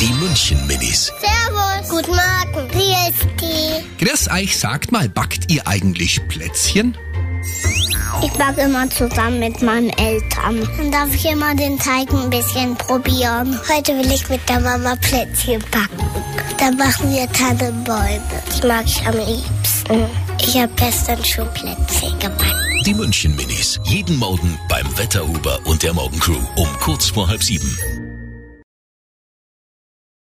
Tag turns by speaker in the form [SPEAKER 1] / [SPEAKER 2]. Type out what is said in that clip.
[SPEAKER 1] Die München Minis.
[SPEAKER 2] Servus. Guten Morgen. Priesti.
[SPEAKER 1] Chris Eich, sagt mal, backt ihr eigentlich Plätzchen?
[SPEAKER 2] Ich backe immer zusammen mit meinen Eltern. Dann darf ich immer den Teig ein bisschen probieren. Heute will ich mit der Mama Plätzchen backen. Dann machen wir Tannenbäume. Die mag ich am liebsten. Ich habe gestern schon Plätzchen gebacken.
[SPEAKER 1] Die München Minis. Jeden Morgen beim Wetterhuber und der Morgencrew um kurz vor halb sieben.